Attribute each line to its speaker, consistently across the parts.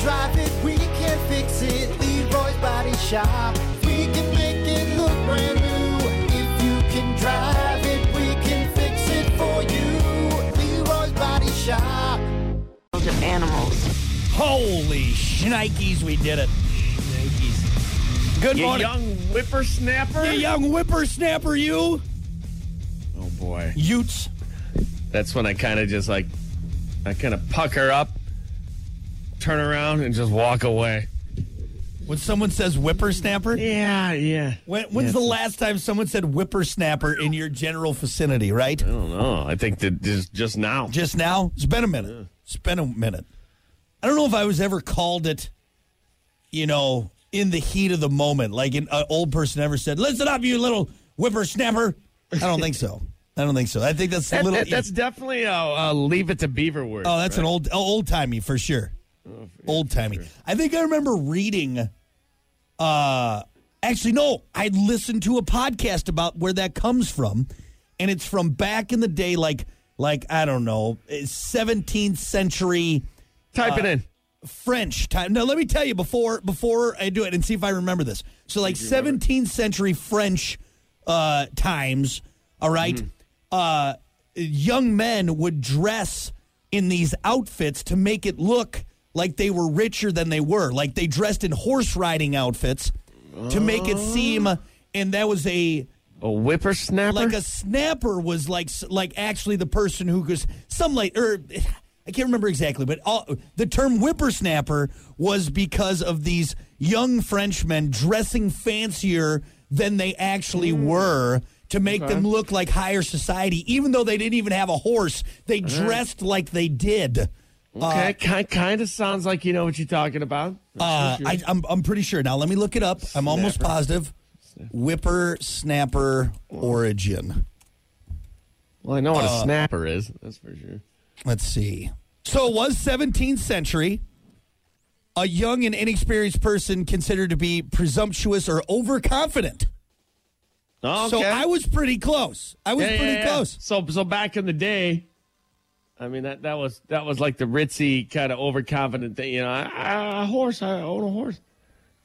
Speaker 1: drive it, we can fix it. Leroy's Body Shop. We can make it look brand new. If you can drive it, we can fix it for you. Leroy's Body Shop.
Speaker 2: of animals.
Speaker 3: Holy shnikes, we did it. Good
Speaker 4: You
Speaker 3: morning.
Speaker 4: young whippersnapper.
Speaker 3: You young whippersnapper, you.
Speaker 4: Oh boy.
Speaker 3: Utes.
Speaker 4: That's when I kind of just like, I kind of pucker up, turn around, and just walk away.
Speaker 3: When someone says whippersnapper,
Speaker 4: Yeah, yeah.
Speaker 3: when, when's the last time someone said whippersnapper in your general vicinity, right?
Speaker 4: I don't know. I think that just just now.
Speaker 3: Just now? It's been a minute. It's been a minute. I don't know if I was ever called it, you know, in the heat of the moment. Like an uh, old person ever said, listen up, you little whippersnapper. I don't think so. I don't think so. I think that's a
Speaker 4: That-
Speaker 3: little.
Speaker 4: that- that's definitely a, a leave it to Beaver word.
Speaker 3: Oh, that's an old old timey for sure. old timey. I think I remember reading. Uh, actually, no, I listened to a podcast about where that comes from, and it's from back in the day, like like I don't know, eh, seventeenth century
Speaker 4: Type
Speaker 3: uh,
Speaker 4: it in.
Speaker 3: French time. No, let me tell you before before I do it and see if I remember this. So like 17th century French uh, times, all right? Uh, young men would dress in these outfits to make it look like they were richer than they were. Like they dressed in horse riding outfits to make it seem and that was a
Speaker 4: A whippersnapper.
Speaker 3: like a snapper was like like actually the person who goes some like or I can't remember exactly, but all, the term whippersnapper was because of these young Frenchmen dressing fancier than they actually were to make them look like higher society, even though they didn't even have a horse. They dressed like they did.
Speaker 4: okay, kind kind of sounds like you know what you're talking about.
Speaker 3: Uh, I, I'm I'm pretty sure. Now let me look it up. I'm almost positive. Whipper snapper origin.
Speaker 4: well, I know what
Speaker 3: uh,
Speaker 4: a snapper is. That's for sure.
Speaker 3: Let's see. So it was 17th century. A young and inexperienced person considered to be presumptuous or overconfident.
Speaker 4: Okay.
Speaker 3: So I was pretty close. I was
Speaker 4: Yeah, yeah,
Speaker 3: pretty
Speaker 4: yeah.
Speaker 3: close.
Speaker 4: So so back in the day, I mean that that was that was like the ritzy kind of overconfident thing. You know, I, I, a horse. I own a horse. Is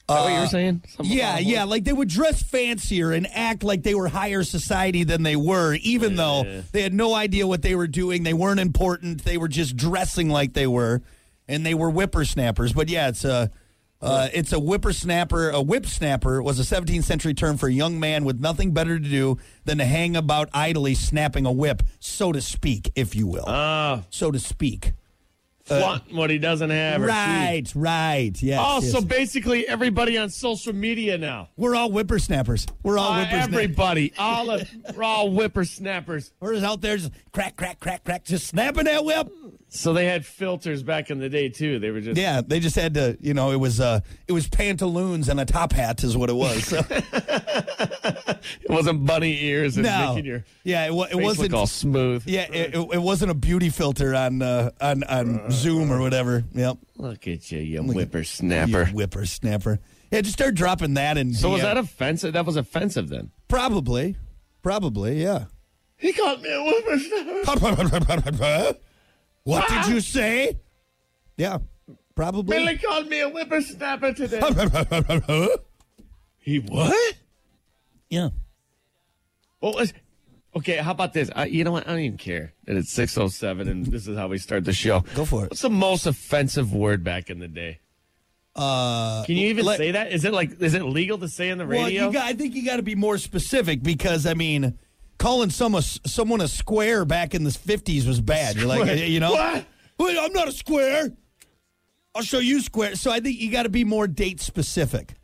Speaker 4: that what you were saying? Something
Speaker 3: Uh, Yeah,
Speaker 4: about a
Speaker 3: yeah.
Speaker 4: horse?
Speaker 3: Like they would dress fancier and act like they were higher society than they were, even though they had no idea what they were doing. They weren't important. They were just dressing like they were, and they were whippersnappers. But yeah, it's a. Uh, it's a whippersnapper. A whip snapper was a 17th century term for a young man with nothing better to do than to hang about idly snapping a whip, so to speak, if you will.
Speaker 4: Ah.
Speaker 3: so to speak.
Speaker 4: Flaunt what he doesn't have. or she.
Speaker 3: Right, right. Yes.
Speaker 4: Oh,
Speaker 3: yes.
Speaker 4: so basically everybody on social media now.
Speaker 3: we're all whippersnappers. We're all
Speaker 4: Uh,
Speaker 3: whippersnappers.
Speaker 4: everybody, all of, we're all whippersnappers.
Speaker 3: We're just out there just crack, crack, crack, crack, just snapping that whip.
Speaker 4: So they had filters back in the day too. They were just
Speaker 3: Yeah, they just had to, you know, it was uh it was pantaloons and a top hat is what it was. So,
Speaker 4: it wasn't bunny ears and
Speaker 3: no.
Speaker 4: making your
Speaker 3: Yeah, it, wa- it
Speaker 4: face
Speaker 3: wasn't
Speaker 4: look all smooth.
Speaker 3: Yeah, it, it, it wasn't a beauty filter on uh, on on Zoom or whatever. Yep.
Speaker 4: Look at you, you
Speaker 3: at-
Speaker 4: whippersnapper.
Speaker 3: You whippersnapper. Yeah, just start dropping that and
Speaker 4: So was that offensive? That was offensive then.
Speaker 3: probably probably, yeah.
Speaker 4: He called me a whippersnapper.
Speaker 3: what did you say? Yeah. Probably.
Speaker 4: Billy called me a whippersnapper today. he what?
Speaker 3: yeah.
Speaker 4: What was? Okay, how about this? I, you know what? I don't even care that it's six oh seven, and this is how we start the show.
Speaker 3: Go for it.
Speaker 4: What's the most offensive word back in the day? Uh, Can you even
Speaker 3: let-
Speaker 4: say that? Is it like is it legal to say on the radio?
Speaker 3: Well, you got, I think you got to be more specific because I mean, calling someone someone a square back in the fifties was bad. You're like,
Speaker 4: Square.
Speaker 3: you know,
Speaker 4: What?
Speaker 3: Wait, I'm not a square. I'll show you square. So I think you got to be more date specific.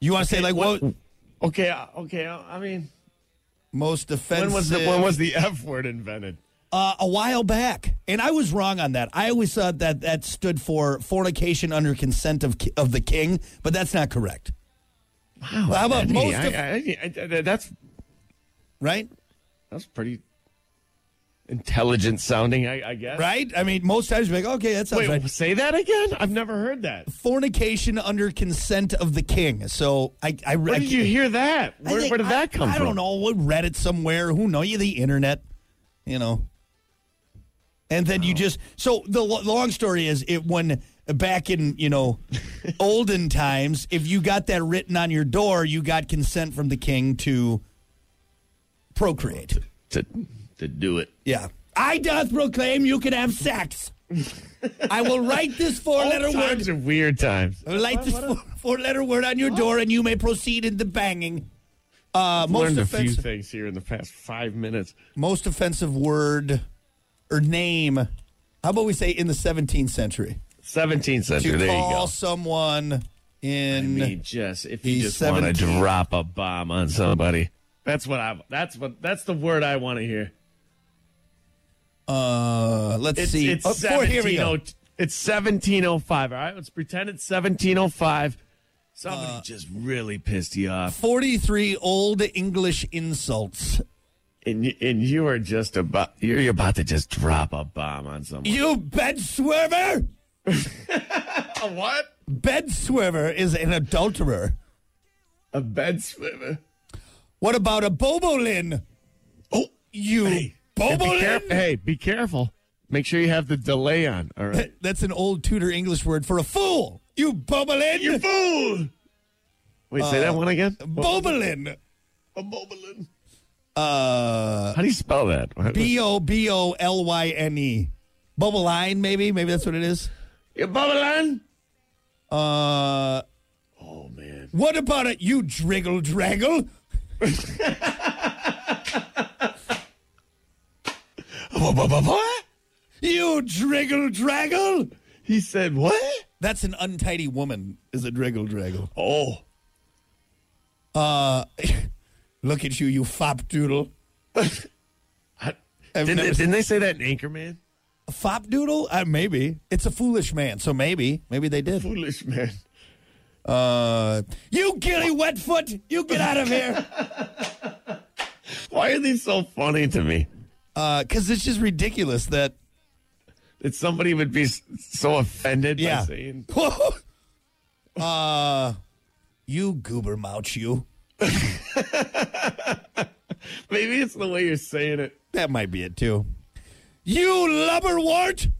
Speaker 3: You want to say like what,
Speaker 4: what- okay, uh, okay. uh, I mean,
Speaker 3: most offensive?
Speaker 4: when was the when was the F word invented?
Speaker 3: uh, a while back, and I was wrong on that. I always thought that that stood for fornication under consent of ki- of the king, but that's not correct. Wow, how about
Speaker 4: I mean,
Speaker 3: most
Speaker 4: I-
Speaker 3: of,
Speaker 4: I- I- I- that's
Speaker 3: right?
Speaker 4: that's pretty intelligent sounding, I, I guess.
Speaker 3: Right? I mean, most times you're like, okay, that sounds
Speaker 4: Wait,
Speaker 3: right.
Speaker 4: say that again? I've never heard that.
Speaker 3: fornication under consent of the king. So I, I
Speaker 4: Where did you hear that? Where, where did that come
Speaker 3: I,
Speaker 4: from?
Speaker 3: I don't know. What read it somewhere? Who know you? The internet, you know. And then you just so the lo- long story is it when back in you know olden times, if you got that written on your door, you got consent from the king to procreate.
Speaker 4: to to do it.
Speaker 3: Yeah. I doth proclaim you can have sex. I will write this four letter Uh, word
Speaker 4: Times are weird times.
Speaker 3: I would like this four letter word on your door, and you may proceed in the banging. Uh, most,
Speaker 4: Learned a few
Speaker 3: offensive,
Speaker 4: things here in the past five minutes.
Speaker 3: most offensive word or name. How about we say in the 17th century?
Speaker 4: 17th
Speaker 3: To
Speaker 4: century. there you
Speaker 3: call
Speaker 4: go.
Speaker 3: someone in.
Speaker 4: I mean, just if you
Speaker 3: He's
Speaker 4: just want to
Speaker 3: 17.
Speaker 4: drop a bomb on somebody, that's what I. That's what. That's the word I want to hear.
Speaker 3: uh, let's
Speaker 4: It's
Speaker 3: see.
Speaker 4: it's
Speaker 3: Oh, four- here we
Speaker 4: seventeen
Speaker 3: go.
Speaker 4: oh. It's seventeen oh five. All right, let's pretend it's seventeen oh five. Somebody
Speaker 3: Uh,
Speaker 4: just really pissed you off,
Speaker 3: 43 old English insults.
Speaker 4: and you, and you are just about you're, you're about to just drop a bomb on someone.
Speaker 3: You bed swerver!
Speaker 4: a what?
Speaker 3: Bed swerver is an adulterer.
Speaker 4: A bed swimmer.
Speaker 3: What about a bobolin?
Speaker 4: Oh,
Speaker 3: You
Speaker 4: And be care-
Speaker 3: bobolin?
Speaker 4: hey, be careful. Make sure you have the delay on. All right.
Speaker 3: That's an old Tudor English word for a fool. You bobolin.
Speaker 4: you fool! Wait, say
Speaker 3: Uh,
Speaker 4: that one again.
Speaker 3: bobolin.
Speaker 4: A bobolin.
Speaker 3: Uh,
Speaker 4: How do you spell that?
Speaker 3: B O B O L Y N E. Bobolin, maybe. Maybe that's what it is.
Speaker 4: You bobolin?
Speaker 3: Uh,
Speaker 4: Oh man.
Speaker 3: what about it? You driggle draggle. You driggle draggle.
Speaker 4: He said what?
Speaker 3: That's an untidy woman. Is a driggle draggle.
Speaker 4: Oh.
Speaker 3: Look at you, you fop doodle.
Speaker 4: I-
Speaker 3: I've
Speaker 4: didn't, they,
Speaker 3: never-
Speaker 4: didn't they say that in Anchorman?
Speaker 3: A fop doodle? Uh, maybe it's a foolish man. So maybe, maybe they did.
Speaker 4: Foolish man.
Speaker 3: Uh, you gilly wetfoot, you get out of here.
Speaker 4: Why are these so funny to me?
Speaker 3: Because Uh, it's just ridiculous that.
Speaker 4: That somebody would be s- so offended
Speaker 3: Yeah.
Speaker 4: by saying
Speaker 3: uh, you goober mouch, you.
Speaker 4: maybe it's the way you're saying it.
Speaker 3: That might be it too. You lubberwort.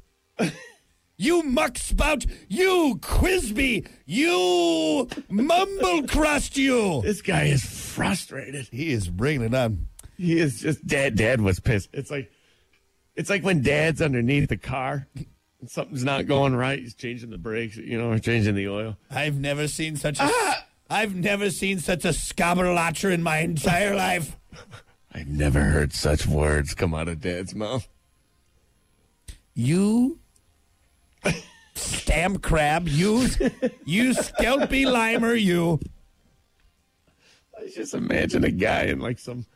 Speaker 3: you muck spout. You quisby. You mumble crust, you.
Speaker 4: This guy is frustrated.
Speaker 3: He is bringing it on.
Speaker 4: He is just dad. Dad was pissed. It's like, it's like when dad's underneath the car, and something's not going right. He's changing the brakes, you know, or changing the oil.
Speaker 3: I've never seen such a. have never seen such a scabberlatcher in my entire life.
Speaker 4: I've never heard such words come out of dad's mouth.
Speaker 3: You stamp crab, you you scalpy limer, you.
Speaker 4: I just imagine a guy in like some,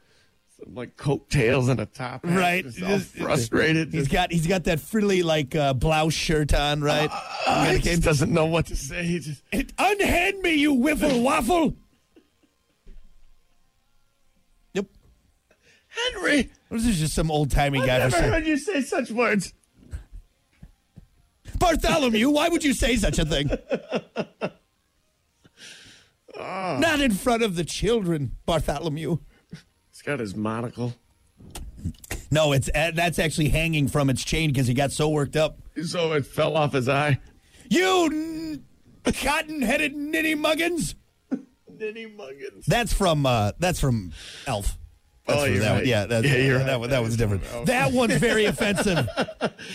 Speaker 4: some like coattails and a top, hat,
Speaker 3: Right.
Speaker 4: Just all frustrated.
Speaker 3: He's
Speaker 4: Just,
Speaker 3: got he's got that frilly like uh, blouse shirt on, right?
Speaker 4: "Ah, he just doesn't know what to say. He just
Speaker 3: It- unhand me, you whiffle waffle. Yep.
Speaker 4: Henry.
Speaker 3: This is just some old timey guy. or
Speaker 4: I've never
Speaker 3: something.
Speaker 4: heard you say such words.
Speaker 3: Bartholomew, why would you say such a thing? Not in front of the children, Bartholomew.
Speaker 4: He's got his monocle.
Speaker 3: No, it's uh, that's actually hanging from its chain because he got so worked up.
Speaker 4: So it fell off his eye.
Speaker 3: You n- cotton-headed ninny muggins.
Speaker 4: Nitty muggins.
Speaker 3: That's from uh, that's from Elf. That's
Speaker 4: Oh,
Speaker 3: from
Speaker 4: you're
Speaker 3: that one.
Speaker 4: right.
Speaker 3: Yeah, that,
Speaker 4: Yeah, you're
Speaker 3: that,
Speaker 4: right.
Speaker 3: one, that one's different.
Speaker 4: from Elf.
Speaker 3: That one's very offensive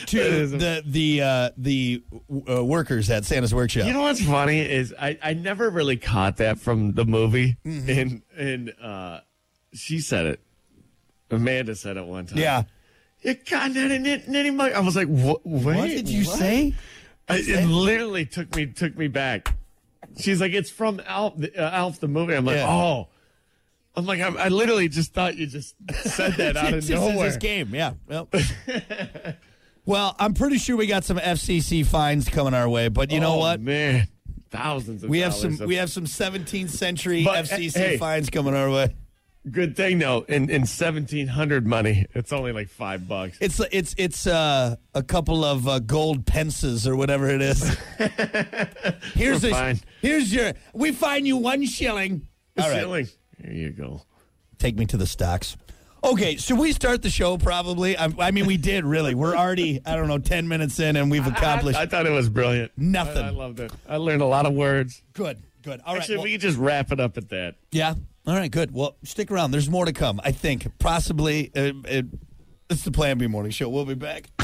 Speaker 3: to
Speaker 4: is a-
Speaker 3: the the uh, the uh, workers at Santa's workshop.
Speaker 4: You know what's funny is I, I never really caught that from the movie, and and uh, she said it. Amanda said it one time.
Speaker 3: yeah.
Speaker 4: you got that in it, in any mug. I was like, what? Wait,
Speaker 3: What did you say?
Speaker 4: I, it literally took me took me back. She's like, it's from Alf, the- uh, Alf the movie. I'm like,
Speaker 3: Yeah.
Speaker 4: oh. I'm like, I'm, I literally just thought you just said that out of
Speaker 3: This is
Speaker 4: nowhere.
Speaker 3: his game. Yeah. Well. Well, I'm pretty sure we got some FCC fines coming our way, but you know
Speaker 4: Oh,
Speaker 3: what?
Speaker 4: man, thousands of
Speaker 3: We have
Speaker 4: dollars
Speaker 3: some
Speaker 4: of-
Speaker 3: we have some 17th century
Speaker 4: But,
Speaker 3: FCC
Speaker 4: hey.
Speaker 3: fines coming our way.
Speaker 4: Good thing though, in in seventeen hundred money, it's only like five bucks.
Speaker 3: It's it's it's uh, a couple of uh, gold pences or whatever it is. here's
Speaker 4: We're
Speaker 3: a-
Speaker 4: fine.
Speaker 3: here's your we fine you one shilling. All right,
Speaker 4: Ceiling. There you go.
Speaker 3: take me to the stocks. Okay, should we start the show? Probably. I, I mean, we did really. We're already, I don't know, ten minutes in, and we've accomplished
Speaker 4: I, I thought it was brilliant.
Speaker 3: Nothing.
Speaker 4: I, I loved it. I learned a lot of words.
Speaker 3: good. Good. All right.
Speaker 4: Actually, if
Speaker 3: well-
Speaker 4: we could just wrap it up at that.
Speaker 3: Yeah. All right. Good. Well, stick around. There's more to come. I think possibly. Uh, uh it's the Plan B Morning Show. We'll be back.